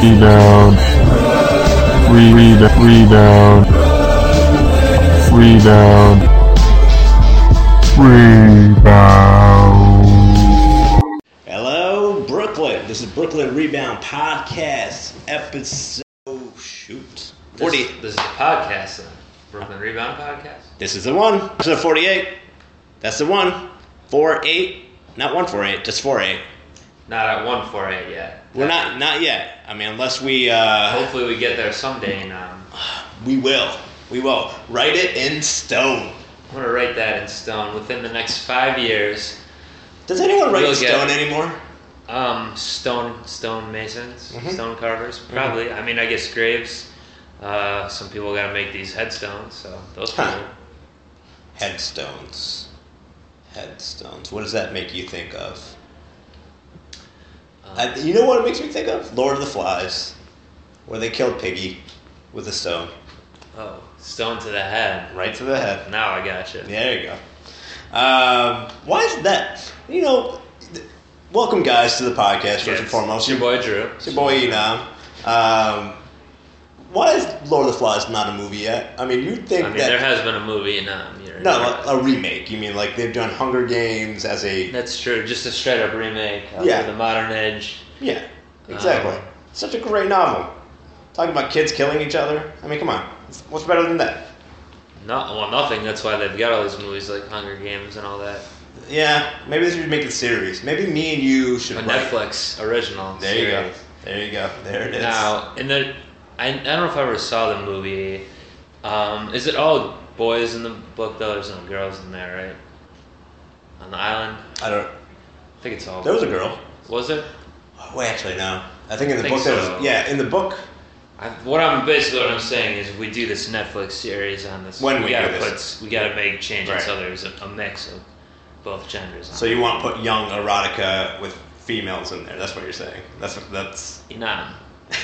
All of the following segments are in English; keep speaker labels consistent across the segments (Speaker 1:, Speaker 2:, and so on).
Speaker 1: Rebound. Re- re- rebound. Rebound. Rebound.
Speaker 2: Hello, Brooklyn. This is Brooklyn Rebound Podcast episode. Shoot. 48.
Speaker 3: This, this is a podcast, then. Brooklyn Rebound Podcast.
Speaker 2: This is the one. Episode 48. That's the one. 4 8. Not 1 4 8, just 4 8.
Speaker 3: Not at 148 yet.
Speaker 2: We're not, not yet. I mean, unless we, uh,
Speaker 3: Hopefully, we get there someday. And um,
Speaker 2: we will. We will. Write it in stone.
Speaker 3: I'm gonna write that in stone. Within the next five years,
Speaker 2: Does anyone write in
Speaker 3: We'll get
Speaker 2: stone
Speaker 3: it.
Speaker 2: anymore?
Speaker 3: um, stone stone masons,
Speaker 2: Mhm.
Speaker 3: stone carvers, probably. I mean, I guess graves. Uh, some people gotta make these headstones, so those
Speaker 2: Huh.
Speaker 3: people.
Speaker 2: Headstones. Headstones. What does that make you think of?
Speaker 3: um,
Speaker 2: I, you know what it makes me think of? Lord of the Flies, where they killed Piggy with a stone,
Speaker 3: oh, stone to the head.
Speaker 2: right to the head.
Speaker 3: Now I got you.
Speaker 2: There you go. Um, why is that? You know, th- welcome guys to the podcast first and foremost.
Speaker 3: your boy Drew.
Speaker 2: It's your boy uh, Enam. Um, why is Lord of the Flies not a movie yet? I mean, you'd think
Speaker 3: I mean,
Speaker 2: that
Speaker 3: there has been a movie in um, you're-
Speaker 2: no, a, a remake. You mean like they've done Hunger Games as a
Speaker 3: That's true. Just a straight up remake. of
Speaker 2: Yeah.
Speaker 3: The modern edge.
Speaker 2: yeah, exactly.
Speaker 3: Um,
Speaker 2: Such a great novel. Talking about kids killing each other. I mean, come on, what's better than that?
Speaker 3: Not well, nothing. That's why they've got all these movies like Hunger Games and all that.
Speaker 2: Yeah, maybe they should make it series. Maybe me and you
Speaker 3: A
Speaker 2: should write.
Speaker 3: Netflix original.
Speaker 2: There you go. There you go. There it is.
Speaker 3: Now, and then I, I don't know if I ever saw the movie. Um, is it all boys in the book though? There's no girls in there, right? On the island,
Speaker 2: I don't.
Speaker 3: I think it's all.
Speaker 2: There was a girl.
Speaker 3: Was it?
Speaker 2: Oh, wait, actually, no. I think in the
Speaker 3: Think
Speaker 2: book there
Speaker 3: so.
Speaker 2: was. Yeah, in the book.
Speaker 3: I, what I'm basically what I'm saying is we do this Netflix series on this.
Speaker 2: When we
Speaker 3: gotta
Speaker 2: do
Speaker 3: put
Speaker 2: this.
Speaker 3: we gotta make changes
Speaker 2: Right.
Speaker 3: so there's a, a mix of both genders. On
Speaker 2: So you want to put young erotica with females in there? That's what you're saying. That's what, that's.
Speaker 3: you know,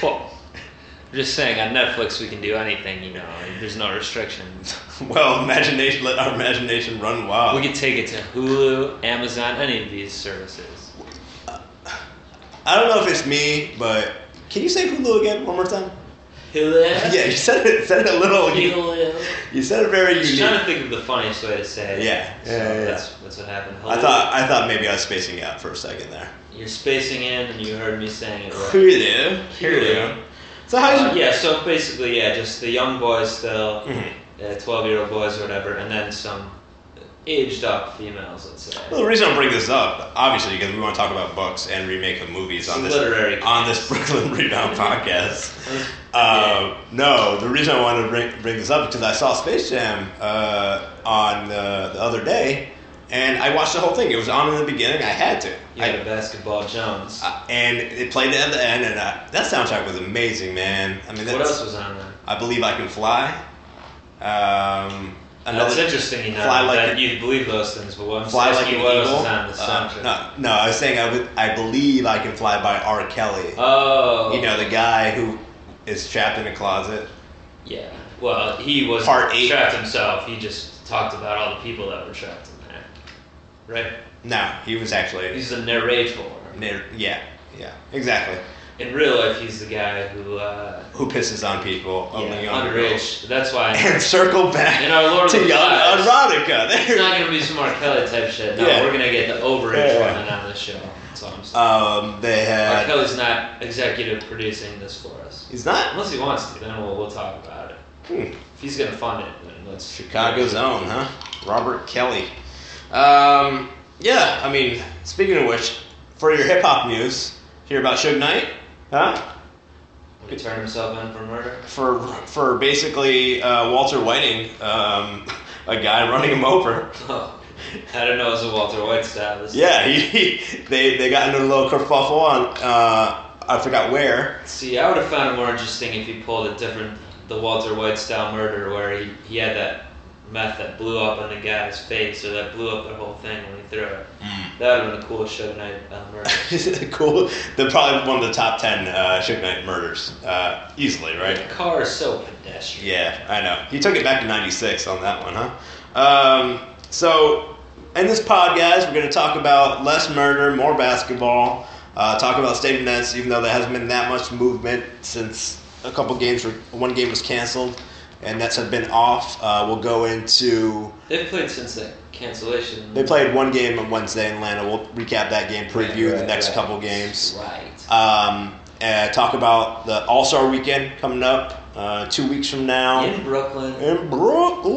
Speaker 3: well, I'm just saying on Netflix we can do anything, you know. There's no restrictions.
Speaker 2: Well, imagination. Let our imagination run wild.
Speaker 3: We could take it to Hulu, Amazon, any of these services.
Speaker 2: I don't know if it's me, but can you say Hulu again one more time?
Speaker 3: Hulu.
Speaker 2: Yeah, you said it. Said it a little. You,
Speaker 3: Hulu.
Speaker 2: you said it very
Speaker 3: I'm just trying
Speaker 2: unique.
Speaker 3: to think of the funniest way to say it.
Speaker 2: Yeah,
Speaker 3: So
Speaker 2: yeah, yeah, yeah.
Speaker 3: That's, that's what happened.
Speaker 2: I
Speaker 3: Hulu.
Speaker 2: thought I thought maybe I was spacing out for a second there.
Speaker 3: you're spacing in, and you heard me saying it. Right.
Speaker 2: Hulu.
Speaker 3: Hulu.
Speaker 2: So how's
Speaker 3: Uh,
Speaker 2: your
Speaker 3: yeah. So basically, yeah, just the young boys still, uh,
Speaker 2: Mhm.
Speaker 3: twelve-year-old boys or whatever, and then some aged-up females, let's say.
Speaker 2: Well, the reason I bring this up, obviously, because we want to talk about books and remake of movies on this
Speaker 3: Literary.
Speaker 2: on this Brooklyn Rebound podcast.
Speaker 3: Let's-
Speaker 2: Um, no, the reason I wanted to bring, bring this up is because I saw Space Jam uh, on uh, the other day, and I watched the whole thing. It was on in the beginning. I had to.
Speaker 3: You
Speaker 2: I-
Speaker 3: had a basketball Jones.
Speaker 2: I- and it played at the end, and I, that soundtrack was amazing, man. I mean, that's,
Speaker 3: what else was on there?
Speaker 2: I believe I can fly. Um,
Speaker 3: That's interesting, you know,
Speaker 2: Fly Like
Speaker 3: that
Speaker 2: an-
Speaker 3: you believe those things, but what I'm
Speaker 2: Fly like
Speaker 3: asking
Speaker 2: an
Speaker 3: what else
Speaker 2: eagle.
Speaker 3: is on the
Speaker 2: Uh,
Speaker 3: soundtrack.
Speaker 2: no, no, I was saying I would. I believe I can fly by R. Kelly.
Speaker 3: Oh,
Speaker 2: You know the guy who is trapped in a closet.
Speaker 3: yeah. Well, he was
Speaker 2: Part eight.
Speaker 3: trapped himself. He just talked about all the people that were trapped in there, right?
Speaker 2: No, he was actually.
Speaker 3: He's the narrator.
Speaker 2: Near, yeah, yeah, exactly.
Speaker 3: In real life, he's the guy who uh,
Speaker 2: Who pisses on people? Only
Speaker 3: yeah,
Speaker 2: young girls.
Speaker 3: underage. That's why
Speaker 2: And circle back
Speaker 3: In our Lord of
Speaker 2: to
Speaker 3: the
Speaker 2: young
Speaker 3: Flies.
Speaker 2: erotica.
Speaker 3: it's
Speaker 2: There.
Speaker 3: not gonna be some R. Kelly type shit. No,
Speaker 2: Yeah.
Speaker 3: we're gonna get the overage
Speaker 2: Yeah.
Speaker 3: women on this show. That's all I'm saying.
Speaker 2: Um, they
Speaker 3: R.
Speaker 2: had.
Speaker 3: Kelly's not executive producing this for us.
Speaker 2: He's not
Speaker 3: Unless he wants to, then we'll, we'll talk about it.
Speaker 2: Hmm.
Speaker 3: If he's gonna fund it, then let's
Speaker 2: Chicago's own, huh? Robert Kelly. Um, yeah, I mean, speaking of which, for your hip hop news, hear about Suge Knight, huh?
Speaker 3: He turned himself in for murder.
Speaker 2: for for basically uh, Walter Whiting, um, a guy running him over.
Speaker 3: Oh, I didn't know it was a Walter White style. This
Speaker 2: Yeah, he, he- they they got into a little kerfuffle on uh, I forgot where.
Speaker 3: See, I would have found it more interesting if he pulled a different, the Walter White style murder where he, he had that meth that blew up on the guy's face or that blew up the whole thing when he threw it.
Speaker 2: Mm.
Speaker 3: That would have been a cool show night uh, murder.
Speaker 2: cool. They're probably one of the top ten uh, Suge Knight murders uh, easily, right?
Speaker 3: The car is so pedestrian.
Speaker 2: Yeah, I know. He took it back to 96 on that one, huh? Um, so, in this pod, guys, we're going to talk about less murder, more basketball. Uh, talking about staying Nets, even though there hasn't been that much movement since a couple games were one game was canceled, and Nets have been off. Uh, we'll go into
Speaker 3: They've played since that cancellation.
Speaker 2: they played one game on Wednesday in Atlanta. We'll recap that game, preview the
Speaker 3: Right,
Speaker 2: next
Speaker 3: right.
Speaker 2: couple games.
Speaker 3: Right.
Speaker 2: Um, and talk about the All Star Weekend coming up uh, two weeks from now
Speaker 3: In Brooklyn.
Speaker 2: in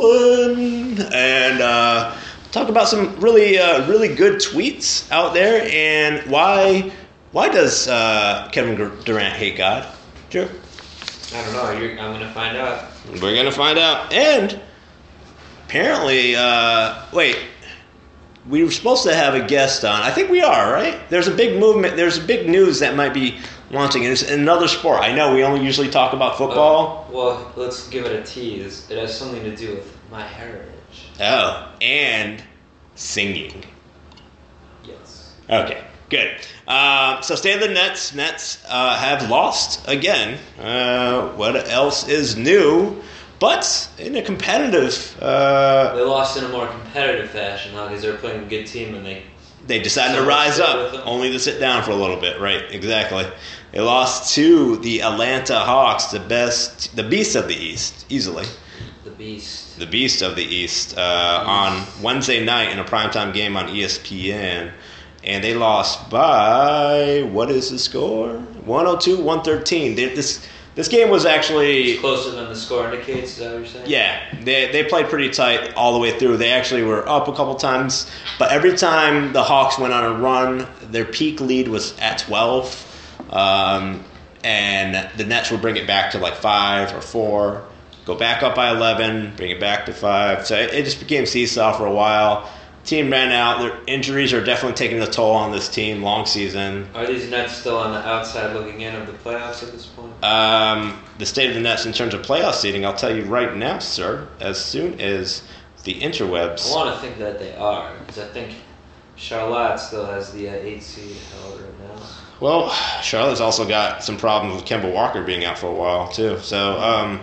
Speaker 2: Brooklyn, and uh, talk about some really, uh, really good tweets out there, and why, why does uh, Kevin Dur- Durant hate God? Sure,
Speaker 3: I don't know. You're, I'm gonna find out.
Speaker 2: we're gonna find out. And apparently, uh, wait, we were supposed to have a guest on. I think we are, right? There's a big movement. There's a big news that might be launching, and it's another sport. I know we only usually talk about football.
Speaker 3: Uh, well, let's give it a tease. It has something to do with my heritage.
Speaker 2: Oh, and singing.
Speaker 3: Yes.
Speaker 2: Okay, good. Uh, so stay in the Nets. Nets uh, have lost again. Uh, what else is new? But in a competitive, uh,
Speaker 3: They lost in a more competitive fashion, huh? Because they're playing a good team and they.
Speaker 2: they decided to rise up, only to sit down for a little bit. Right? Exactly. They lost to the Atlanta Hawks, the best, the beast of the East, easily.
Speaker 3: The beast.
Speaker 2: The beast of the East uh, on Wednesday night in a primetime game on E ESPN. And they lost by, what is the score? 102 113. This, this game was actually
Speaker 3: It's closer than the score indicates. Is that what you're saying?
Speaker 2: yeah, they they played pretty tight all the way through. They actually were up a couple times, but every time the Hawks went on a run, their peak lead was at twelve, um, and the Nets would bring it back to like five or four, go back up by eleven, bring it back to five. So it, it just became seesaw for a while. Team ran out. Their injuries are definitely taking a toll on this team. Long season.
Speaker 3: Are these Nets still on the outside looking in of the playoffs at this point?
Speaker 2: Um, the state of the Nets in terms of playoff seeding, I'll tell you right now, sir. As soon as the
Speaker 3: I
Speaker 2: interwebs,
Speaker 3: want to think that they are, because I think Charlotte still has the uh, eight seed held right now.
Speaker 2: well, Charlotte's also got some problems with Kemba Walker being out for a while too. So um,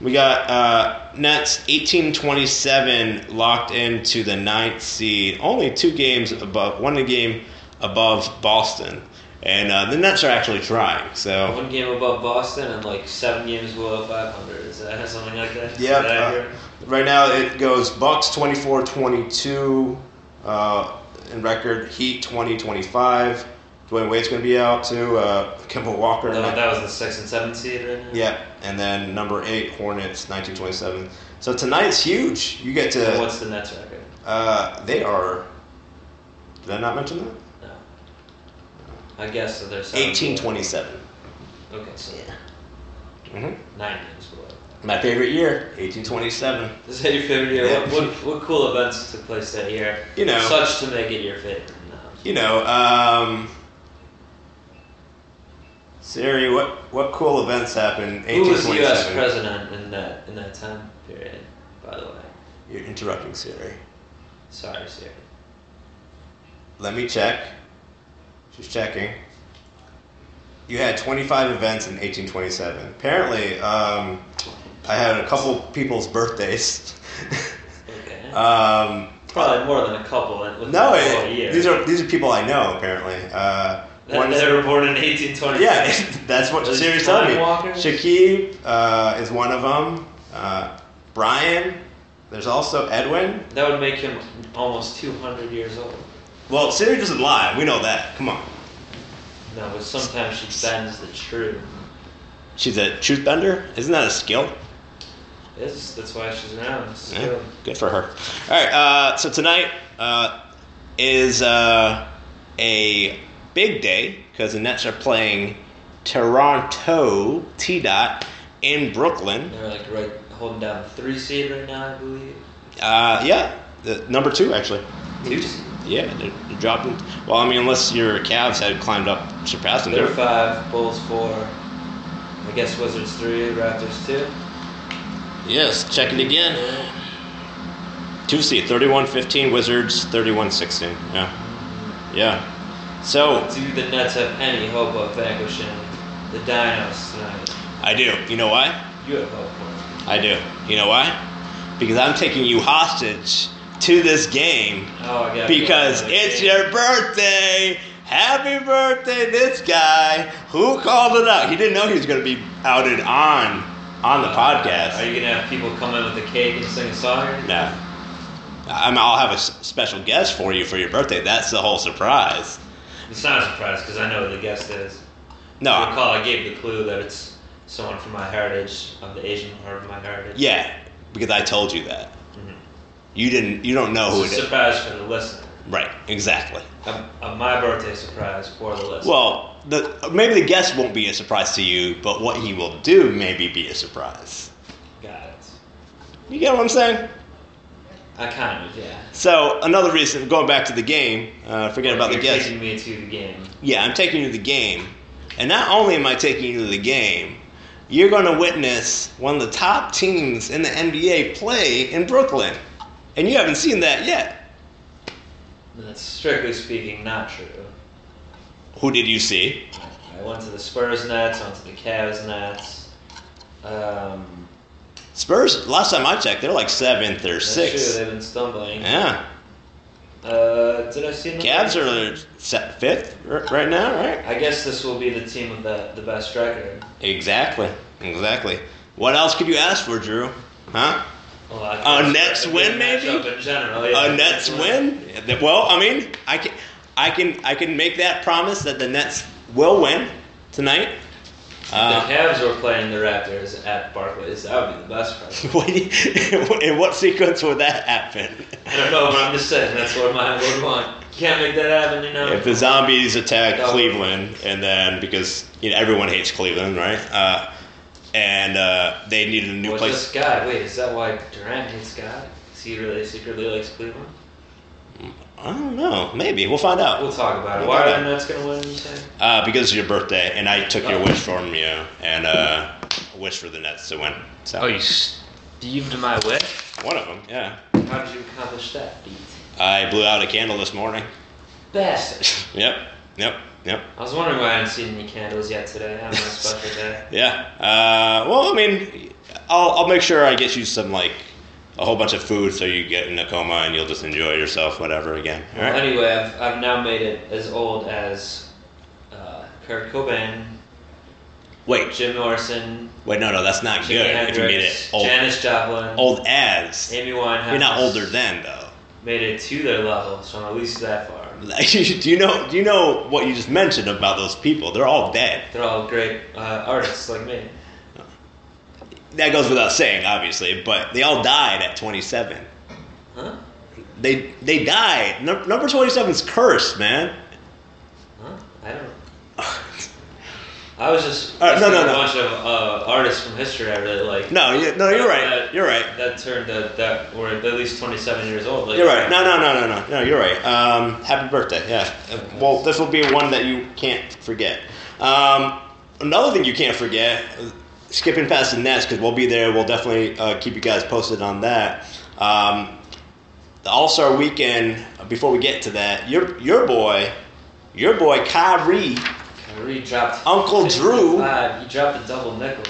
Speaker 2: we got uh, Nets eighteen twenty seven locked into the ninth seed, only two games above, one game above Boston, and uh, the Nets are actually trying. So
Speaker 3: One game above Boston and like seven games below 500. Is that something like that?
Speaker 2: Yep.
Speaker 3: Is that accurate?
Speaker 2: uh, right now it goes Bucks 24 22 uh, in record, Heat 20 25. Dwayne Wade's going to be out too. Uh, Kimball Walker.
Speaker 3: No, that was the six and seven seed right now.
Speaker 2: yeah. And then number eight, Hornets 19 27. So tonight's huge. You get
Speaker 3: And
Speaker 2: to.
Speaker 3: what's the Nets record?
Speaker 2: Uh, they are. Did I not mention that?
Speaker 3: No. I guess so. They're seven
Speaker 2: 18 27.
Speaker 3: Okay, so
Speaker 2: hmm
Speaker 3: nine games below.
Speaker 2: My favorite year, 1827.
Speaker 3: Is that your favorite year?
Speaker 2: Yeah.
Speaker 3: What, what, what cool events took place that year?
Speaker 2: You know.
Speaker 3: Such to make it your favorite. No.
Speaker 2: you know, um, Siri, what what cool events happened?
Speaker 3: Who was the U.S.
Speaker 2: 1827?
Speaker 3: president in that in that time period? By the way,
Speaker 2: You're interrupting Siri.
Speaker 3: sorry, Siri.
Speaker 2: Let me check. She's checking. You had 25 events in 1827. Apparently, um, I had a couple people's birthdays.
Speaker 3: Okay.
Speaker 2: um,
Speaker 3: Probably more than a couple. in- With
Speaker 2: no,
Speaker 3: the whole
Speaker 2: it-
Speaker 3: year.
Speaker 2: these are these are people I know. Apparently, uh,
Speaker 3: Oh, That,
Speaker 2: one's-
Speaker 3: they were born in 1820.
Speaker 2: Yeah, that's what
Speaker 3: Those
Speaker 2: Siri's telling me.
Speaker 3: time walkers?
Speaker 2: Shakib uh, is one of them. Uh, Brian. There's also Edwin.
Speaker 3: That would make him almost 200 years old.
Speaker 2: Well, Siri doesn't lie. We know that. Come on.
Speaker 3: No, but sometimes she bends the truth.
Speaker 2: She's a truth bender. Isn't that a skill?
Speaker 3: Yes, that's why she's around.
Speaker 2: Yeah,
Speaker 3: So,
Speaker 2: Good for her. All right. Uh, so tonight uh, is uh, a big day because the Nets are playing Toronto T Dot in Brooklyn.
Speaker 3: They're like right holding down the three seed right now, I believe.
Speaker 2: Uh, yeah, the, number two actually.
Speaker 3: Two seed.
Speaker 2: Yeah, they're, they're dropping. Well, I mean, unless your Cavs had climbed up, surpassed them.
Speaker 3: They're
Speaker 2: They're,
Speaker 3: five, Bulls four. I guess Wizards three, Raptors two.
Speaker 2: yes, check it again. Two seed, 31 15, Wizards 31 16. Yeah. Yeah. So,
Speaker 3: Do the Nets have any hope of vanquishing the Dinos tonight?
Speaker 2: I do. You know why?
Speaker 3: You have hope for it.
Speaker 2: I do. You know why? Because I'm taking you hostage to this game
Speaker 3: Oh, I got
Speaker 2: because it's your birthday. Happy birthday, this guy who called it out. He didn't know he was going to be outed on on the
Speaker 3: Are
Speaker 2: podcast.
Speaker 3: you gonna have people come in with a cake and sing a song? Or anything?
Speaker 2: No, I mean I'll have a s- special guest for you for your birthday. That's the whole surprise.
Speaker 3: It's not a surprise because I know who the guest is.
Speaker 2: No,
Speaker 3: Recall I gave the clue that it's someone from my heritage, of the Asian part of my heritage.
Speaker 2: yeah, because I told you that.
Speaker 3: Mhm.
Speaker 2: You didn't. You don't know who
Speaker 3: It's
Speaker 2: it
Speaker 3: a
Speaker 2: is.
Speaker 3: surprise for the listener.
Speaker 2: Right. Exactly.
Speaker 3: A, a my birthday surprise for the listener.
Speaker 2: Well, the maybe the guest won't be a surprise to you, but what he will do maybe be a surprise.
Speaker 3: Got it.
Speaker 2: You get what I'm saying?
Speaker 3: I kind of, yeah.
Speaker 2: So another reason, going back to the game, uh, forget about the
Speaker 3: You're
Speaker 2: guest.
Speaker 3: taking me to the game.
Speaker 2: Yeah, I'm taking you to the game, and not only am I taking you to the game, you're going to witness one of the top teams in the NBA play in Brooklyn, and you haven't seen that yet.
Speaker 3: And That's strictly speaking not true.
Speaker 2: Who did you see?
Speaker 3: I went to the Spurs Nets, I went to the Cavs Nets. Um,
Speaker 2: Spurs. Last time I checked, they're like seventh or
Speaker 3: that's
Speaker 2: sixth.
Speaker 3: true, they've been stumbling.
Speaker 2: Yeah,
Speaker 3: Uh, did I see another?
Speaker 2: Cavs are se- fifth r- right now, right?
Speaker 3: I guess this will be the team with the, the best record.
Speaker 2: Exactly. Exactly. What else could you ask for, Drew? Huh?
Speaker 3: Well, I
Speaker 2: A
Speaker 3: guess
Speaker 2: Nets
Speaker 3: a good
Speaker 2: win, maybe?
Speaker 3: matchup In general, yeah.
Speaker 2: A Nets win? Well, I mean, I can, I can, I can make that promise that the Nets will win tonight.
Speaker 3: the
Speaker 2: Uh,
Speaker 3: Cavs were playing the Raptors at Barclays. That would be the best present.
Speaker 2: what do you- in what sequence would that happen?
Speaker 3: I don't know, but I'm just saying that's what my would want. You can't make that happen, you know.
Speaker 2: If the zombies attack
Speaker 3: No.
Speaker 2: Cleveland, and then because you know everyone hates Cleveland, right? Uh, and uh, they needed a new
Speaker 3: What's
Speaker 2: place.
Speaker 3: this guy? Wait, is that why Durant hates God? Is he really secretly likes Cleveland?
Speaker 2: I don't know. Maybe we'll find out.
Speaker 3: We'll talk about it.
Speaker 2: We'll
Speaker 3: Why
Speaker 2: talk
Speaker 3: are
Speaker 2: about
Speaker 3: the Nets gonna win? You say?
Speaker 2: Uh, because it's your birthday, and I took your
Speaker 3: Oh.
Speaker 2: wish from you, and uh, I wish for the Nets to win. So
Speaker 3: Oh, you steved my wish.
Speaker 2: one of them, yeah.
Speaker 3: How did you accomplish that feat?
Speaker 2: I blew out a candle this morning.
Speaker 3: Bastard.
Speaker 2: Yep, yep, yep.
Speaker 3: I was wondering why I hadn't seen any candles yet today. I'm on a special day.
Speaker 2: Yeah. Uh, well, I mean, I'll I'll make sure I get you some like a whole bunch of food, so you get in a coma and you'll just enjoy yourself, whatever. Again, all
Speaker 3: Well,
Speaker 2: right.
Speaker 3: anyway, I've, I've now made it as old as uh, Kurt Cobain,
Speaker 2: Wait,
Speaker 3: Jim Morrison,
Speaker 2: wait, no, no, that's not
Speaker 3: Jimi
Speaker 2: good.
Speaker 3: Hendrix,
Speaker 2: If you made it old,
Speaker 3: Janis Joplin,
Speaker 2: old as,
Speaker 3: Amy Winehouse.
Speaker 2: you're not older than though.
Speaker 3: Made it to their level, so I'm at least that far.
Speaker 2: do you know? Do you know what you just mentioned about those people? They're all dead.
Speaker 3: They're all great uh, artists like me.
Speaker 2: that goes without saying, obviously, but they all died at 27.
Speaker 3: Huh?
Speaker 2: They they died. Num- number 27 is cursed, man.
Speaker 3: Huh? I don't. I was just
Speaker 2: All right, no, no, no.
Speaker 3: listening to a bunch of uh, artists from history I really like.
Speaker 2: no, you, no, you're right. You're right.
Speaker 3: That turned that that were at least 27 years old. Like,
Speaker 2: You're right. No, no, no, no, no. No, you're right. Um, happy birthday. Yeah. Uh, Well, this will be one that you can't forget. Um, another thing you can't forget, uh, skipping past the Nets, because we'll be there. We'll definitely uh, keep you guys posted on that. Um, the All Star Weekend. uh, Before we get to that, your your boy, your boy Kyrie,
Speaker 3: Kyrie dropped
Speaker 2: Uncle Drew.
Speaker 3: 55. He dropped a double nickel.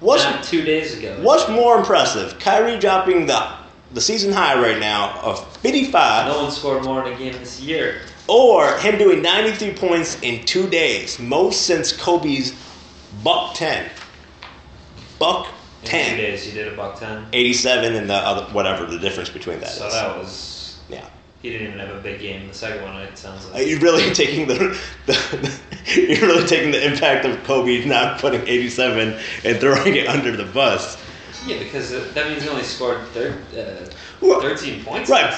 Speaker 2: what's
Speaker 3: Not two days ago.
Speaker 2: what's more impressive, Kyrie dropping the the season high right now of fifty five.
Speaker 3: No one scored more in a game this year.
Speaker 2: Or him doing 93 points in two days, most since Kobe's buck 10. Buck
Speaker 3: In two
Speaker 2: 10.
Speaker 3: days, he did a buck 10.
Speaker 2: 87 and the other, whatever the difference between that is.
Speaker 3: so that was.
Speaker 2: yeah.
Speaker 3: He didn't even have a big game. The second one, it sounds
Speaker 2: Are
Speaker 3: like.
Speaker 2: you really taking the, the you're really taking the impact of Kobe not putting 87 and throwing it under the bus.
Speaker 3: Yeah, because it- that means he only scored thir- uh,
Speaker 2: Well,
Speaker 3: 13 points.
Speaker 2: Right.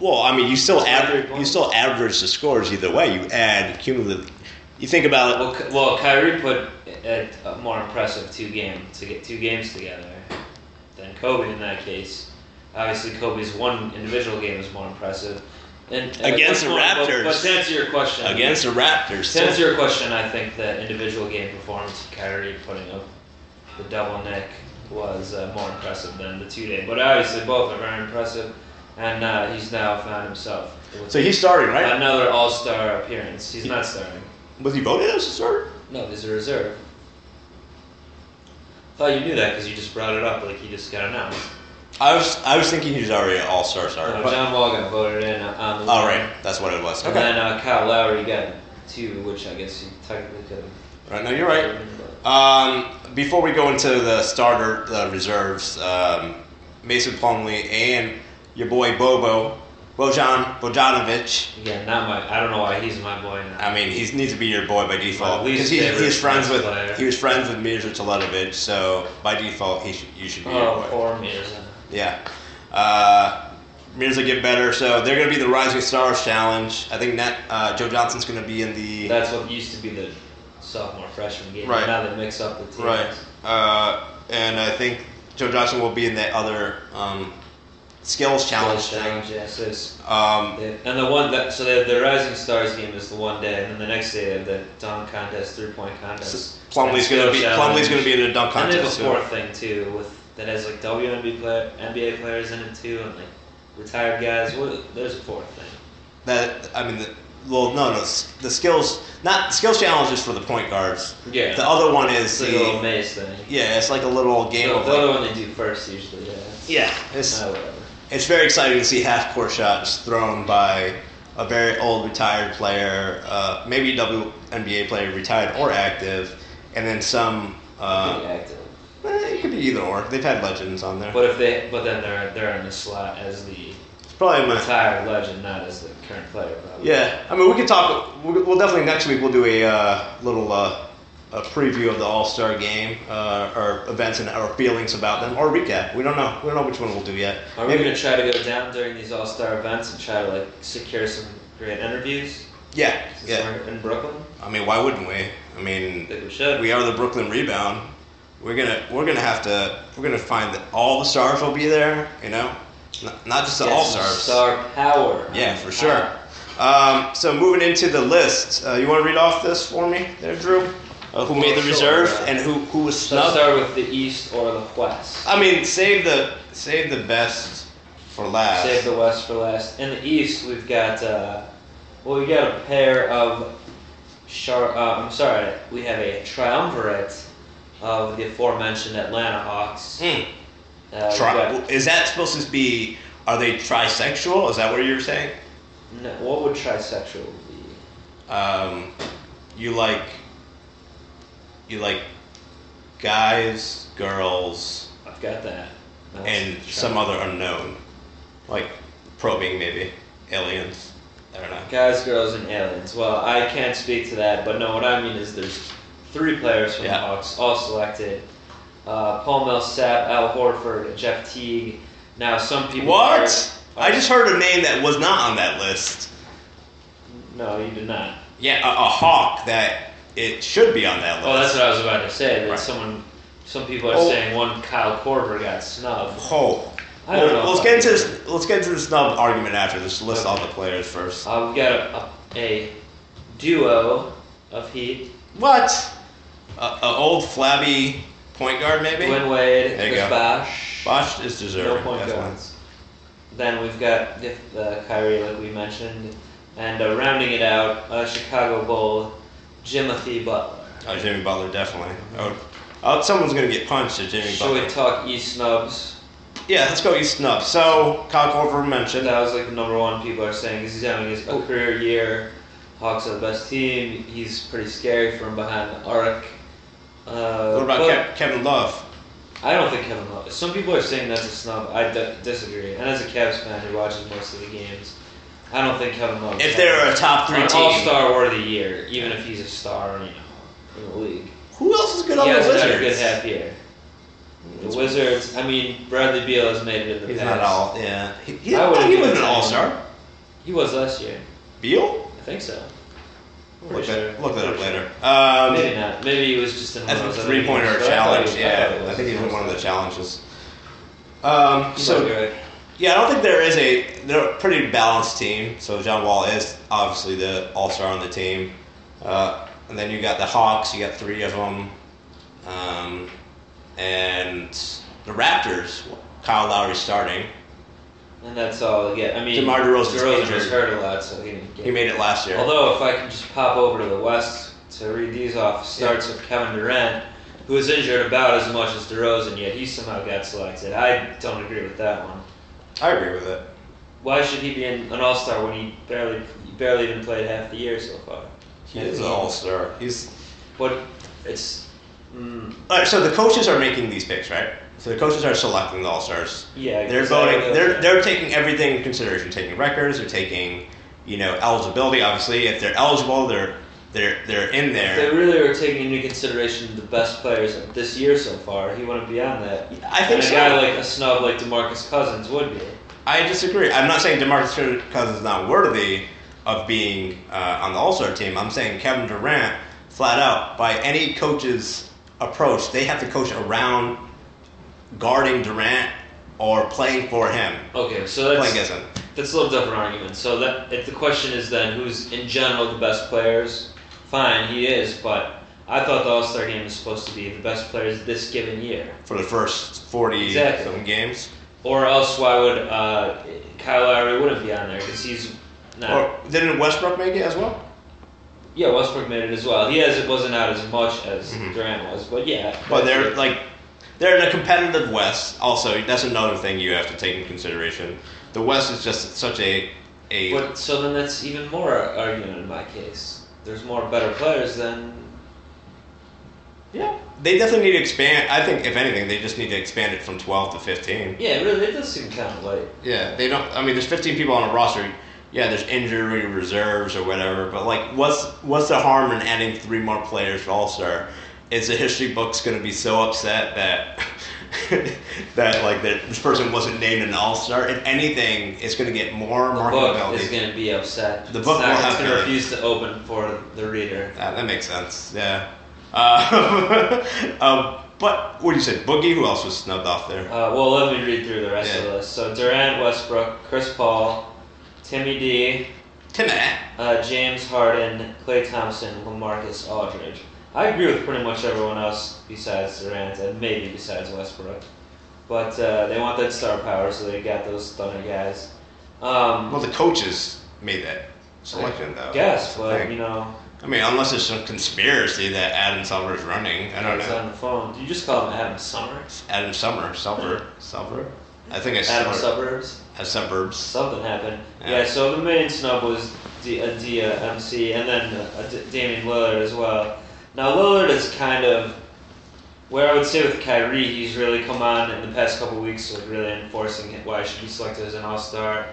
Speaker 2: Well, I mean, you still
Speaker 3: Just
Speaker 2: average
Speaker 3: 93
Speaker 2: you still average the scores either way. You add cumulative. You think about it.
Speaker 3: Well, Ky- well, Kyrie put a, a more impressive two game to get two games together than Kobe in that case. Obviously, Kobe's one individual game is more impressive. And uh,
Speaker 2: Against the
Speaker 3: but-
Speaker 2: Raptors.
Speaker 3: But, to answer your question,
Speaker 2: against the Raptors.
Speaker 3: to answer your question, I think the individual game performance of Kyrie putting up the double neck was uh, more impressive than the two day. But obviously, both are very impressive, and uh, he's now found himself with
Speaker 2: So he's starting, right?
Speaker 3: another All Star appearance. He's not starting.
Speaker 2: Was he voted as a starter?
Speaker 3: No, there's a reserve. Thought you knew that because you just brought it up, like you just got announced.
Speaker 2: I was I was thinking he's already an all star
Speaker 3: No,
Speaker 2: starter.
Speaker 3: John Wall got voted in uh, on the.
Speaker 2: all right, that's what it was.
Speaker 3: And then uh, Kyle Lowry got two, which I guess you technically could have.
Speaker 2: Right, no, you're right. Um, before we go into the starter the reserves, um, Mason Plumley and your boy Bobo Bojan Bojanovic.
Speaker 3: Again, not my. I don't know why he's my boy now.
Speaker 2: I mean, he needs to be your boy by default
Speaker 3: My least
Speaker 2: because he, he
Speaker 3: favorite
Speaker 2: was friends with
Speaker 3: player.
Speaker 2: he was friends with Mirza Teletovic, so by default he should, you should be
Speaker 3: oh,
Speaker 2: your boy.
Speaker 3: poor Mirza.
Speaker 2: Yeah. Uh, Mirza get better, so they're going to be the Rising Stars Challenge. I think Nat, uh, Joe Johnson's going to be in the
Speaker 3: That's what used to be the sophomore freshman game.
Speaker 2: Right.
Speaker 3: Now they mix up the teams.
Speaker 2: Right. Uh, and I think Joe Johnson will be in that other um, skills challenge thing.
Speaker 3: Challenge, yeah, so it's-
Speaker 2: Um,
Speaker 3: they- and the one that so they have the Rising Stars game is the one day, and then the next day they have the dunk contest, three point contest.
Speaker 2: Plumlee's
Speaker 3: and
Speaker 2: gonna be
Speaker 3: skill challenge.
Speaker 2: Plumlee's gonna be in a dunk
Speaker 3: And they have a
Speaker 2: contest. so-
Speaker 3: fourth thing too, with that has like WNBA player, NBA players in it too, and like retired guys. What, there's a fourth thing.
Speaker 2: That I mean, the, well, no, no, s- the skills not skills challenge is for the point guards.
Speaker 3: Yeah.
Speaker 2: The other one is
Speaker 3: it's like a little
Speaker 2: the
Speaker 3: maze thing.
Speaker 2: yeah, it's like a little game
Speaker 3: The,
Speaker 2: of
Speaker 3: the
Speaker 2: like,
Speaker 3: other one they do first usually. Yeah.
Speaker 2: yeah. It's
Speaker 3: Ah, whatever.
Speaker 2: it's very exciting to see half court shots thrown by a very old retired player, uh, maybe WNBA player, retired or active, and then some. Uh,
Speaker 3: Pretty active.
Speaker 2: Eh, it could be either or. They've had legends on there.
Speaker 3: But if they, but then they're they're in the slot as the
Speaker 2: It's probably my.
Speaker 3: retired legend, not as the current player. Probably.
Speaker 2: Yeah, I mean, we could talk. We'll we'll definitely next week. We'll do a uh, little uh, a preview of the All Star Game, uh, our events and our feelings about them, or recap. We don't know. We don't know which one we'll do yet.
Speaker 3: Are we gonna try to go down during these All Star events and try to like secure some great interviews?
Speaker 2: Yeah,
Speaker 3: Since
Speaker 2: yeah.
Speaker 3: we're in Brooklyn,
Speaker 2: I mean, why wouldn't we? I
Speaker 3: I
Speaker 2: mean,
Speaker 3: think we should.
Speaker 2: we are the Brooklyn Rebound. We're gonna we're gonna have to we're gonna find that all the stars will be there. You know, not, not just the
Speaker 3: Get
Speaker 2: All
Speaker 3: some
Speaker 2: Stars.
Speaker 3: Star power.
Speaker 2: Yeah, for sure. Um, so moving into the list, uh, you want to read off this for me, there, Drew? Uh, who made the
Speaker 3: Sure,
Speaker 2: reserve
Speaker 3: yeah.
Speaker 2: and who who was
Speaker 3: So
Speaker 2: snubbed?
Speaker 3: start with the East or the West.
Speaker 2: I mean, save the save the best for last.
Speaker 3: Save the West for last. In the East, we've got uh, well, we got a pair of Char- uh, I'm sorry, we have a triumvirate of the aforementioned Atlanta Hawks.
Speaker 2: Mm.
Speaker 3: Uh, we've
Speaker 2: Tri-
Speaker 3: got-
Speaker 2: is that supposed to be? Are they trisexual? Is that what you're saying?
Speaker 3: no, what would trisexual be?
Speaker 2: Um, you like you like guys, girls,
Speaker 3: I've got that. That's
Speaker 2: and
Speaker 3: tri-
Speaker 2: some other unknown, like probing maybe aliens. I don't know.
Speaker 3: guys, girls, and aliens. Well, I can't speak to that, but no, what I mean is there's three players from
Speaker 2: Yeah.
Speaker 3: the Hawks all selected: uh, Paul Millsap, Al Horford, and Jeff Teague. Now, some people are-
Speaker 2: What? I just heard a name that was not on that list.
Speaker 3: No, you did not.
Speaker 2: Yeah, a, a hawk that it should be on that list.
Speaker 3: Oh, that's what I was about to say. That
Speaker 2: Right.
Speaker 3: someone, some people are
Speaker 2: Oh.
Speaker 3: saying one Kyle Korver got snubbed.
Speaker 2: Oh.
Speaker 3: I don't
Speaker 2: Well,
Speaker 3: know.
Speaker 2: Let's get into this. Let's get into the snub argument after. Let's list all
Speaker 3: Okay.
Speaker 2: the players first.
Speaker 3: Uh, we got a, a, a duo of Heat,
Speaker 2: What? A, a old flabby point guard, maybe.
Speaker 3: Dwayne Wade,
Speaker 2: There you
Speaker 3: Chris
Speaker 2: go.
Speaker 3: Bosh.
Speaker 2: Bosh is
Speaker 3: No
Speaker 2: deserving.
Speaker 3: point
Speaker 2: definitely.
Speaker 3: guards. Then we've got the uh, Kyrie, like we mentioned, and uh, rounding it out, uh, Chicago Bull, Jimothy Butler.
Speaker 2: Oh, Jimmy Butler, definitely. Oh, oh, someone's gonna get punched at Jimmy
Speaker 3: Should
Speaker 2: Butler.
Speaker 3: we talk East snubs?
Speaker 2: Yeah, let's go East snub. So Kyle Korver
Speaker 3: That
Speaker 2: mentioned.
Speaker 3: was like the number one people are saying is he's having his a career year. Hawks are the best team. He's pretty scary from behind the arc. Uh,
Speaker 2: what about
Speaker 3: but
Speaker 2: Kev- Kevin Love?
Speaker 3: I don't think Kevin Love. Some people are saying that's a snub. I d- disagree. And as a Cavs fan who watches most of the games, I don't think Kevin Love.
Speaker 2: If they're a top three
Speaker 3: an
Speaker 2: team,
Speaker 3: all-star worthy year, even if he's a star, you know, in the league.
Speaker 2: who else is good on
Speaker 3: he
Speaker 2: the
Speaker 3: has
Speaker 2: Wizards?
Speaker 3: had a good half year. The Wizards. I mean, Bradley Beal has made it in the
Speaker 2: He's
Speaker 3: past.
Speaker 2: not all. Yeah, he, he,
Speaker 3: I would've
Speaker 2: he
Speaker 3: given
Speaker 2: was an
Speaker 3: it to him.
Speaker 2: all star.
Speaker 3: He was last year.
Speaker 2: Beal.
Speaker 3: I think so. Pretty
Speaker 2: Look,
Speaker 3: sure.
Speaker 2: that, look that up
Speaker 3: Pretty
Speaker 2: later.
Speaker 3: sure.
Speaker 2: Um,
Speaker 3: Maybe not. Maybe he was just in one
Speaker 2: that's
Speaker 3: of those
Speaker 2: a
Speaker 3: other
Speaker 2: three pointer
Speaker 3: games, but I thought he
Speaker 2: challenge.
Speaker 3: was- thought
Speaker 2: yeah,
Speaker 3: he
Speaker 2: I
Speaker 3: was.
Speaker 2: think he's in one of the challenges. Um,
Speaker 3: You might
Speaker 2: so
Speaker 3: be right.
Speaker 2: yeah, I don't think there is a they're a pretty balanced team. So John Wall is obviously the all star on the team, uh, and then you got the Hawks. You got three of them, um, and the Raptors. Kyle Lowry starting.
Speaker 3: And that's all. Yeah, I mean,
Speaker 2: DeMar DeRozan's
Speaker 3: DeRozan
Speaker 2: injured.
Speaker 3: was hurt a lot, so he didn't get.
Speaker 2: He made it last year.
Speaker 3: Although, if I can just pop over to the West to read these off, starts with Kevin Durant, who was injured about as much as DeRozan, yet he somehow got selected. I don't agree with that one.
Speaker 2: I agree with it.
Speaker 3: Why should he be an, an All Star when he barely he barely even played half the year so far?
Speaker 2: He's an all star. He's
Speaker 3: But it's. Mm,
Speaker 2: all right, so the coaches are making these picks, right? So the coaches are selecting the all stars.
Speaker 3: yeah.
Speaker 2: They're voting.
Speaker 3: uh,
Speaker 2: They're they're taking everything into consideration. Taking records. They're taking you know eligibility. Obviously, if they're eligible, they're they're they're in
Speaker 3: If they
Speaker 2: there.
Speaker 3: really were taking into consideration the best players of this year so far, he wouldn't be on that.
Speaker 2: I think
Speaker 3: and a
Speaker 2: so.
Speaker 3: guy like a snub like Demarcus Cousins would be.
Speaker 2: I disagree. I'm not saying DeMarcus Cousins is not worthy of being uh, on the All Star team. I'm saying Kevin Durant, flat out, by any coach's approach, they have to coach around guarding Durant or playing for him.
Speaker 3: Okay, so that's
Speaker 2: Playing against him.
Speaker 3: That's a little different argument. So that if the question is then who's in general the best players, fine, he is. But I thought the All Star game was supposed to be the best players this given year,
Speaker 2: for the first 40
Speaker 3: Exactly.
Speaker 2: some games.
Speaker 3: or else why would uh, Kyle Lowry wouldn't be on there because he's not.
Speaker 2: Or didn't Westbrook make it as well?
Speaker 3: yeah, Westbrook made it as well. He has it wasn't out as much as
Speaker 2: Mhm.
Speaker 3: Durant was, but yeah.
Speaker 2: But they're like they're in a competitive West. Also, that's another thing you have to take into consideration. The West is just such a a
Speaker 3: But so then that's even more argument in my case. There's more better players than.
Speaker 2: yeah. They definitely need to expand. I think if anything, they just need to expand it from 12 to 15.
Speaker 3: Yeah, really, it does seem kind of late.
Speaker 2: Yeah, they don't. I mean, there's 15 people on a roster. Yeah, there's injury reserves or whatever. But like, what's what's the harm in adding three more players for All Star? Is the history books going to be so upset that that like that this person wasn't named an All Star? If anything, it's going to get more
Speaker 3: The book
Speaker 2: marketability.
Speaker 3: is going to be upset.
Speaker 2: The
Speaker 3: It's
Speaker 2: book
Speaker 3: not-
Speaker 2: will
Speaker 3: it's
Speaker 2: have
Speaker 3: going to
Speaker 2: to-
Speaker 3: refuse to open for the reader.
Speaker 2: Ah, that makes sense. Yeah. Uh, um, but what do you say, Boogie? Who else was snubbed off there?
Speaker 3: Uh, well, let me read through the rest of
Speaker 2: Yeah.
Speaker 3: the list. So Durant, Westbrook, Chris Paul, Timmy D,
Speaker 2: Timmy.
Speaker 3: uh, James Harden, Klay Thompson, LaMarcus Aldridge. I agree with pretty much everyone else besides Durant and maybe besides Westbrook. But uh, they want that star power, so they got those Thunder guys. Um,
Speaker 2: Well, the coaches made that selection, though.
Speaker 3: guess,
Speaker 2: That's the
Speaker 3: but
Speaker 2: thing.
Speaker 3: you know,
Speaker 2: I mean, unless there's some conspiracy that Adam Silver's running. I don't
Speaker 3: he's
Speaker 2: know.
Speaker 3: on the phone. Did you just call him Adam Summers?
Speaker 2: Adam Summer, Silver, Silver. I think it's
Speaker 3: Adam
Speaker 2: Silver.
Speaker 3: Suburbs?
Speaker 2: uh, suburbs.
Speaker 3: Something happened. Yeah.
Speaker 2: Yeah.
Speaker 3: so the main snub was D- uh, D- uh, MC and then uh, D- Damian Lillard as well. Now Lillard is kind of where I would say with Kyrie, he's really come on in the past couple weeks, like really enforcing it, why he should be selected as an All Star.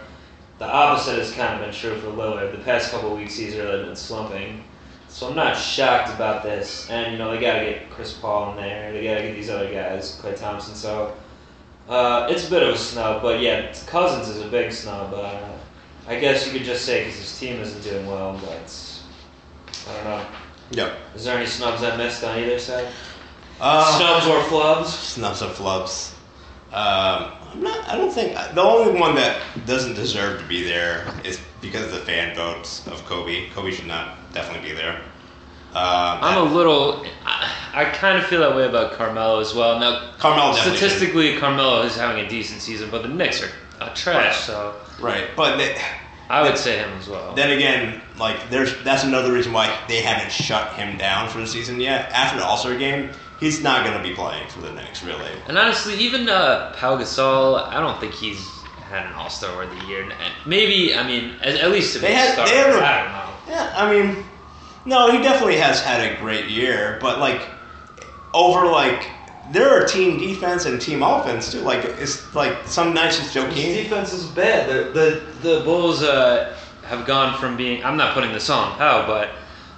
Speaker 3: The opposite has kind of been true for Lillard. The past couple weeks, he's really been slumping. So I'm not shocked about this. And you know they gotta get Chris Paul in there. They gotta get these other guys, Clay Thompson. So. Uh, it's a bit of a snub, but yeah, Cousins is a big snub. Uh, I guess you could just say because his team isn't doing well, but I don't know.
Speaker 2: Yep.
Speaker 3: Is there any snubs I missed on either side?
Speaker 2: Uh,
Speaker 3: snubs or flubs?
Speaker 2: snubs and flubs. Um, I'm not. I don't think the only one that doesn't deserve to be there is because of the fan votes of Kobe. Kobe should not definitely be there. Um,
Speaker 3: I'm a little. I, I kind of feel that way about Carmelo as well. Now,
Speaker 2: Carmelo definitely should.
Speaker 3: statistically, Carmelo is having a decent season, but the Knicks are uh, trash, so
Speaker 2: right, but. They,
Speaker 3: I would say him as well.
Speaker 2: Then again, like there's that's another reason why they haven't shut him down for the season yet. After the All Star game, he's not going to be playing for the Knicks, really.
Speaker 3: And honestly, even uh, Pau Gasol, I don't think he's had an All Star worthy year. And Maybe I mean, at, at least to be
Speaker 2: They
Speaker 3: a
Speaker 2: had-
Speaker 3: star.
Speaker 2: they had a-
Speaker 3: I don't know.
Speaker 2: Yeah, I mean, no, he definitely has had a great year, but like over like there are team defense and team offense too. Like it's like some nights it's
Speaker 3: His
Speaker 2: Joakim.
Speaker 3: defense is bad. The the, the Bulls uh, have gone from being I'm not putting this on Powell, but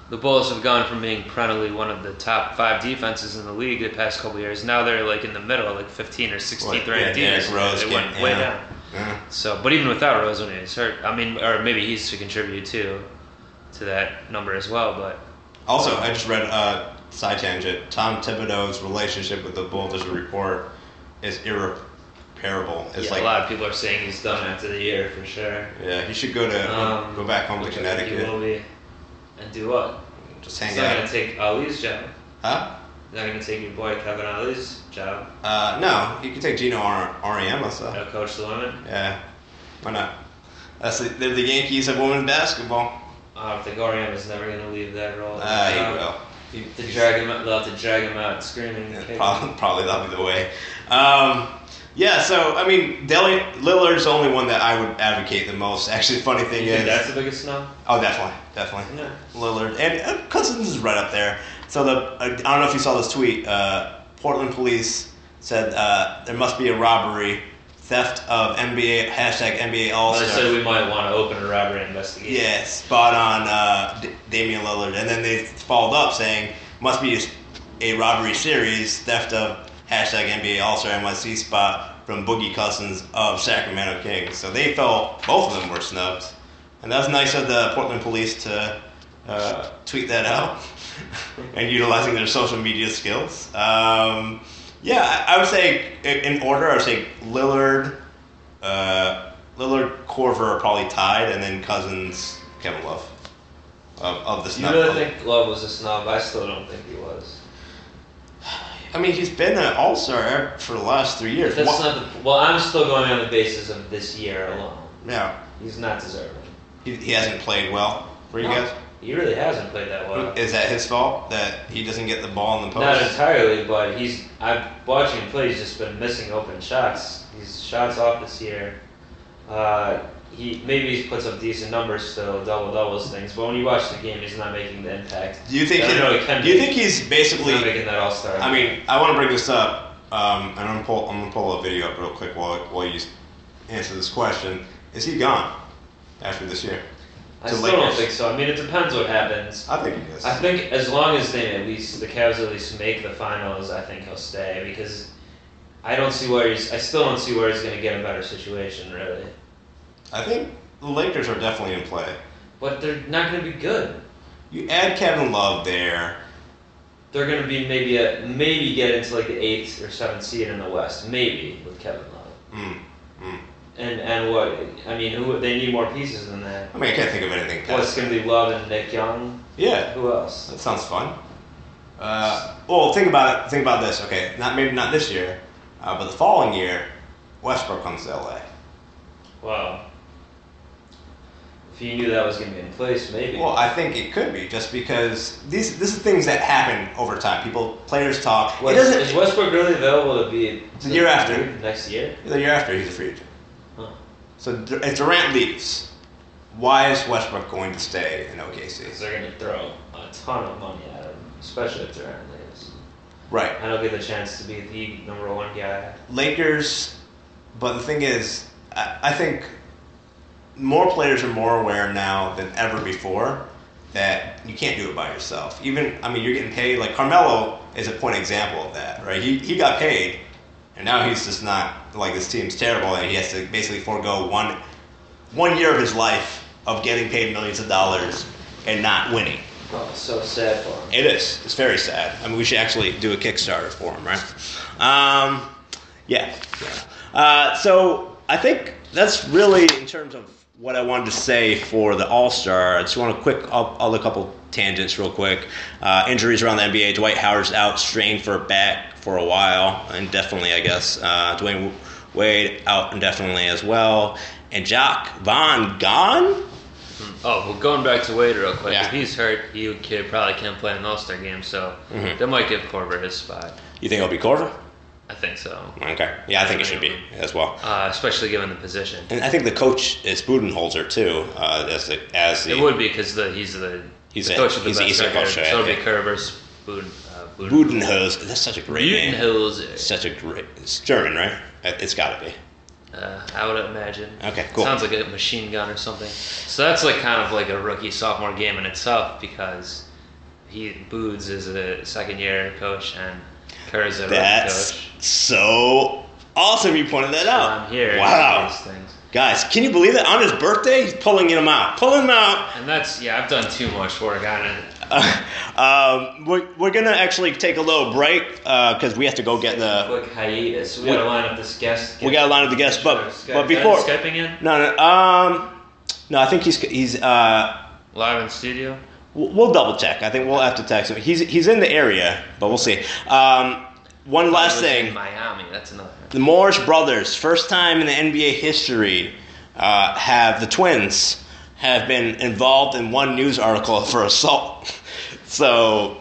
Speaker 3: the Bulls have gone from being perennially one of the top five defenses in the league the past couple years. Now they're like in the middle, like 15 or 16th
Speaker 2: Well,
Speaker 3: ranked
Speaker 2: yeah, Derrick
Speaker 3: defense.
Speaker 2: Rose
Speaker 3: they
Speaker 2: getting-
Speaker 3: went way
Speaker 2: yeah.
Speaker 3: down.
Speaker 2: Yeah.
Speaker 3: So, but even without Rose when he was hurt, I mean, or maybe he's to contribute too to that number as well. But
Speaker 2: Also, I just read uh, side tangent. Tom Thibodeau's relationship with the Bulls there's a report is irreparable. It's
Speaker 3: yeah,
Speaker 2: like
Speaker 3: a lot of people are saying he's done after the year for sure.
Speaker 2: Yeah, he should go to
Speaker 3: Um,
Speaker 2: go back home to
Speaker 3: Which I think He will
Speaker 2: Connecticut.
Speaker 3: be. And do what?
Speaker 2: Just
Speaker 3: He's
Speaker 2: hang
Speaker 3: not
Speaker 2: out.
Speaker 3: gonna take Ali's job.
Speaker 2: Huh?
Speaker 3: He's not gonna take your boy Kevin Ali's job.
Speaker 2: Uh, no, you can take Gino R- E REM also.
Speaker 3: No coach the women.
Speaker 2: Yeah, why not? That's the, they're the Yankees of women's basketball.
Speaker 3: Uh, the Gorium is never gonna leave that role.
Speaker 2: Uh, he will. He-
Speaker 3: To
Speaker 2: he's-
Speaker 3: drag him out, they'll have to drag him out screaming.
Speaker 2: yeah,
Speaker 3: "Hey,
Speaker 2: prob- Probably that'll be the way. Um, Yeah, so I mean, Deli- Lillard's the only one that I would advocate the most. Actually, funny thing
Speaker 3: You think
Speaker 2: is,
Speaker 3: that's the biggest snub?
Speaker 2: oh, definitely, definitely,
Speaker 3: Yeah.
Speaker 2: Lillard and uh, Cousins is right up there. So the I don't know if you saw this tweet. Uh, Portland police said uh, there must be a robbery, theft of NBA hashtag NBA All
Speaker 3: Well, they said
Speaker 2: Star.
Speaker 3: we might want to open a robbery investigation.
Speaker 2: Yeah, spot on uh, D- Damian Lillard, and then they followed up saying must be a, a robbery series theft of hashtag NBA All Star NYC spot from Boogie Cousins of Sacramento Kings. So they felt both of them were snubbed, and that was nice of the Portland police to uh, tweet that out and utilizing their social media skills. Um, yeah, I, I would say i- in order, I would say Lillard. Uh, Lillard, Corver are probably tied, and then Cousins, Kevin Love, of, of the
Speaker 3: You
Speaker 2: snub.
Speaker 3: really think Love was a snub? I still don't think he was.
Speaker 2: I mean, he's been an All Star for the last three years.
Speaker 3: But that's
Speaker 2: What-
Speaker 3: not the, well. I'm still going on the basis of this year alone.
Speaker 2: yeah,
Speaker 3: He's not deserving.
Speaker 2: he, he hasn't played well for you
Speaker 3: No.
Speaker 2: guys.
Speaker 3: He really hasn't played that well.
Speaker 2: Is that his fault that he doesn't get the ball in the
Speaker 3: Not
Speaker 2: post?
Speaker 3: entirely, but he's. I'm watching him play. He's just been missing open shots. He's shots off this year. Uh, he maybe he's put some decent numbers still, double doubles things. But when you watch the game, he's not making the impact.
Speaker 2: Do you think?
Speaker 3: I don't know, it
Speaker 2: He,
Speaker 3: can
Speaker 2: do you
Speaker 3: be.
Speaker 2: think he's
Speaker 3: He's
Speaker 2: basically?
Speaker 3: not making that all star.
Speaker 2: I mean, I want to bring this up, um, and I'm gonna pull. I'm gonna pull a video up real quick while while you answer this question. Is he gone after this year?
Speaker 3: I
Speaker 2: to
Speaker 3: still
Speaker 2: Lakers.
Speaker 3: don't think so. I mean, it depends what happens.
Speaker 2: I think he is.
Speaker 3: I think as long as they at least the Cavs at least make the finals, I think he'll stay because I don't see where he's. I still don't see where he's going to get a better situation really.
Speaker 2: I think the Lakers are definitely in play.
Speaker 3: But they're not going to be good.
Speaker 2: You add Kevin Love there.
Speaker 3: They're going to be maybe a maybe get into like the eighth or seventh seed in the West, maybe with Kevin Love.
Speaker 2: Mm, mm.
Speaker 3: And and what I mean, who they need more pieces than that.
Speaker 2: I mean, I can't think of anything.
Speaker 3: Well,
Speaker 2: Past.
Speaker 3: it's going to be Love and Nick Young.
Speaker 2: Yeah,
Speaker 3: Who else?
Speaker 2: that sounds fun. Uh, well, think about it. Think about this. Okay, not maybe not this year, uh, but the following year, Westbrook comes to LA.
Speaker 3: Wow. If you knew that was going to be in place, maybe.
Speaker 2: Well, I think it could be just because these this is things that happen over time. People players talk. It
Speaker 3: Wes- is
Speaker 2: doesn't.
Speaker 3: Westbrook really available to be
Speaker 2: The year after.
Speaker 3: next year?
Speaker 2: The year after he's a free agent.
Speaker 3: Huh.
Speaker 2: So Dur- if Durant leaves, why is Westbrook going to stay in
Speaker 3: Because
Speaker 2: OKC?
Speaker 3: they're going to throw a ton of money at him, especially if Durant leaves.
Speaker 2: Right.
Speaker 3: And he'll get the chance to be the number one guy.
Speaker 2: Lakers, but the thing is, I, I think more players are more aware now than ever before that you can't do it by yourself. Even, I mean, you're getting paid. Like Carmelo is a point example of that, right? He, he got paid, and now he's just not like this team's terrible, and he has to basically forego one one year of his life of getting paid millions of dollars and not winning.
Speaker 3: Oh, it's so sad for him.
Speaker 2: It is. It's very sad. I mean, we should actually do a Kickstarter for him, right? Um, yeah. yeah. Uh, so I think that's really in terms of what I wanted to say for the All Star. I just want to quick up other couple tangents real quick. Uh, injuries around the NBA. Dwight Howard's out, strained for back for a while, indefinitely, I guess. Uh, Dwayne Wade out indefinitely as well. And Jock Vaughn gone.
Speaker 4: Oh, well, going back to Wade real quick.
Speaker 2: Yeah.
Speaker 4: If he's hurt, he kid probably can't play an All Star game, so
Speaker 2: Mhm.
Speaker 4: they might give Corver his spot.
Speaker 2: You think it'll be Corver?
Speaker 4: I think so,
Speaker 2: Okay. Yeah, I think it should be as well.
Speaker 4: uh, especially given the position.
Speaker 2: And I think the coach is Budenholzer too, uh, as the as the
Speaker 4: It would be because the, he's the
Speaker 2: He's
Speaker 4: the
Speaker 2: a-
Speaker 4: coach of the
Speaker 2: he's the
Speaker 4: best
Speaker 2: Eastern
Speaker 4: record,
Speaker 2: coach, right?
Speaker 4: so it'll
Speaker 2: Yeah.
Speaker 4: be Kerr versus Buden, uh, Buden,
Speaker 2: Budenholzer. That's such a great name.
Speaker 4: Budenholzer.
Speaker 2: Such a great. It's German, right? It- It's got to be.
Speaker 4: Uh, I would imagine.
Speaker 2: Okay, cool.
Speaker 4: Sounds like a machine gun or something. So that's like kind of like a rookie sophomore game in itself because he Boods is a second year coach and Kerr is a
Speaker 2: That's
Speaker 4: rookie coach.
Speaker 2: so awesome. You pointed that out.
Speaker 4: I'm here.
Speaker 2: Wow,
Speaker 4: These things.
Speaker 2: guys, can you believe that on his birthday he's pulling him out, pulling him out.
Speaker 4: And that's yeah, I've done too much work on it.
Speaker 2: um, we're we're gonna actually take a little break because we have to go get the.
Speaker 3: Quick hiatus. We
Speaker 2: Uh, we-
Speaker 3: gotta line up this guest.
Speaker 2: We got to line up the guests, but
Speaker 3: Skype-
Speaker 2: but
Speaker 3: uh,
Speaker 2: before
Speaker 4: Skyping in
Speaker 2: no no um no I think he's he's uh.
Speaker 4: live in studio.
Speaker 2: We'll we'll double check. I think we'll have to text him. He's he's in the area, but we'll see. Um, one
Speaker 4: I
Speaker 2: last
Speaker 4: was in
Speaker 2: thing:
Speaker 4: Miami. That's another.
Speaker 2: the Morris brothers, first time in the NBA history, uh, have the twins have been involved in one news article for assault. So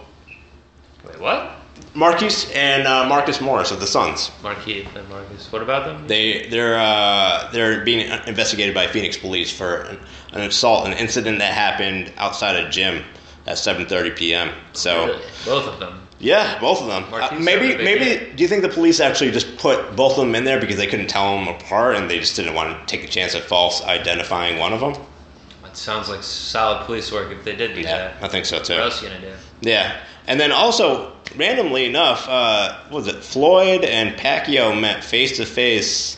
Speaker 4: Wait, what?
Speaker 2: Marquise and uh, Marcus Morris of the Suns.
Speaker 3: Marquis and Marcus. What about them?
Speaker 2: They they're uh, they're being investigated by Phoenix police for an, an assault, an incident that happened outside a gym at 7:30 p.m. So.
Speaker 3: Really? both of them.
Speaker 2: Yeah, both of them. Uh,
Speaker 3: Marquise
Speaker 2: maybe,
Speaker 3: had a big
Speaker 2: maybe.
Speaker 3: hit.
Speaker 2: Do you think the police actually just put both of them in there because they couldn't tell them apart, and they just didn't want to take a chance at false identifying one of them?
Speaker 3: It sounds like solid police work if they did do
Speaker 2: Yeah,
Speaker 3: that.
Speaker 2: I think so too.
Speaker 3: What else you gonna do?
Speaker 2: Yeah, and then also randomly enough, uh, what was it Floyd and Pacquiao met face to face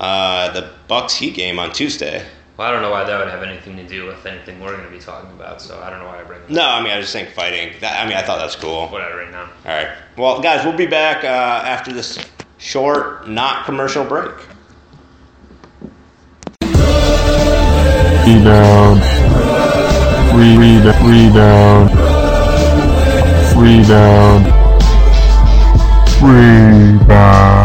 Speaker 2: uh, the Bucks Heat game on Tuesday?
Speaker 3: Well, I don't know why that would have anything to do with anything we're gonna be talking about. So I don't know why I bring that
Speaker 2: No, I mean I just think fighting. That, I mean I thought that's cool.
Speaker 3: up. Whatever. Right now.
Speaker 2: All right, well guys, we'll be back uh, after this short, not commercial break.
Speaker 1: Rebound. Re- re- rebound. Rebound. Rebound.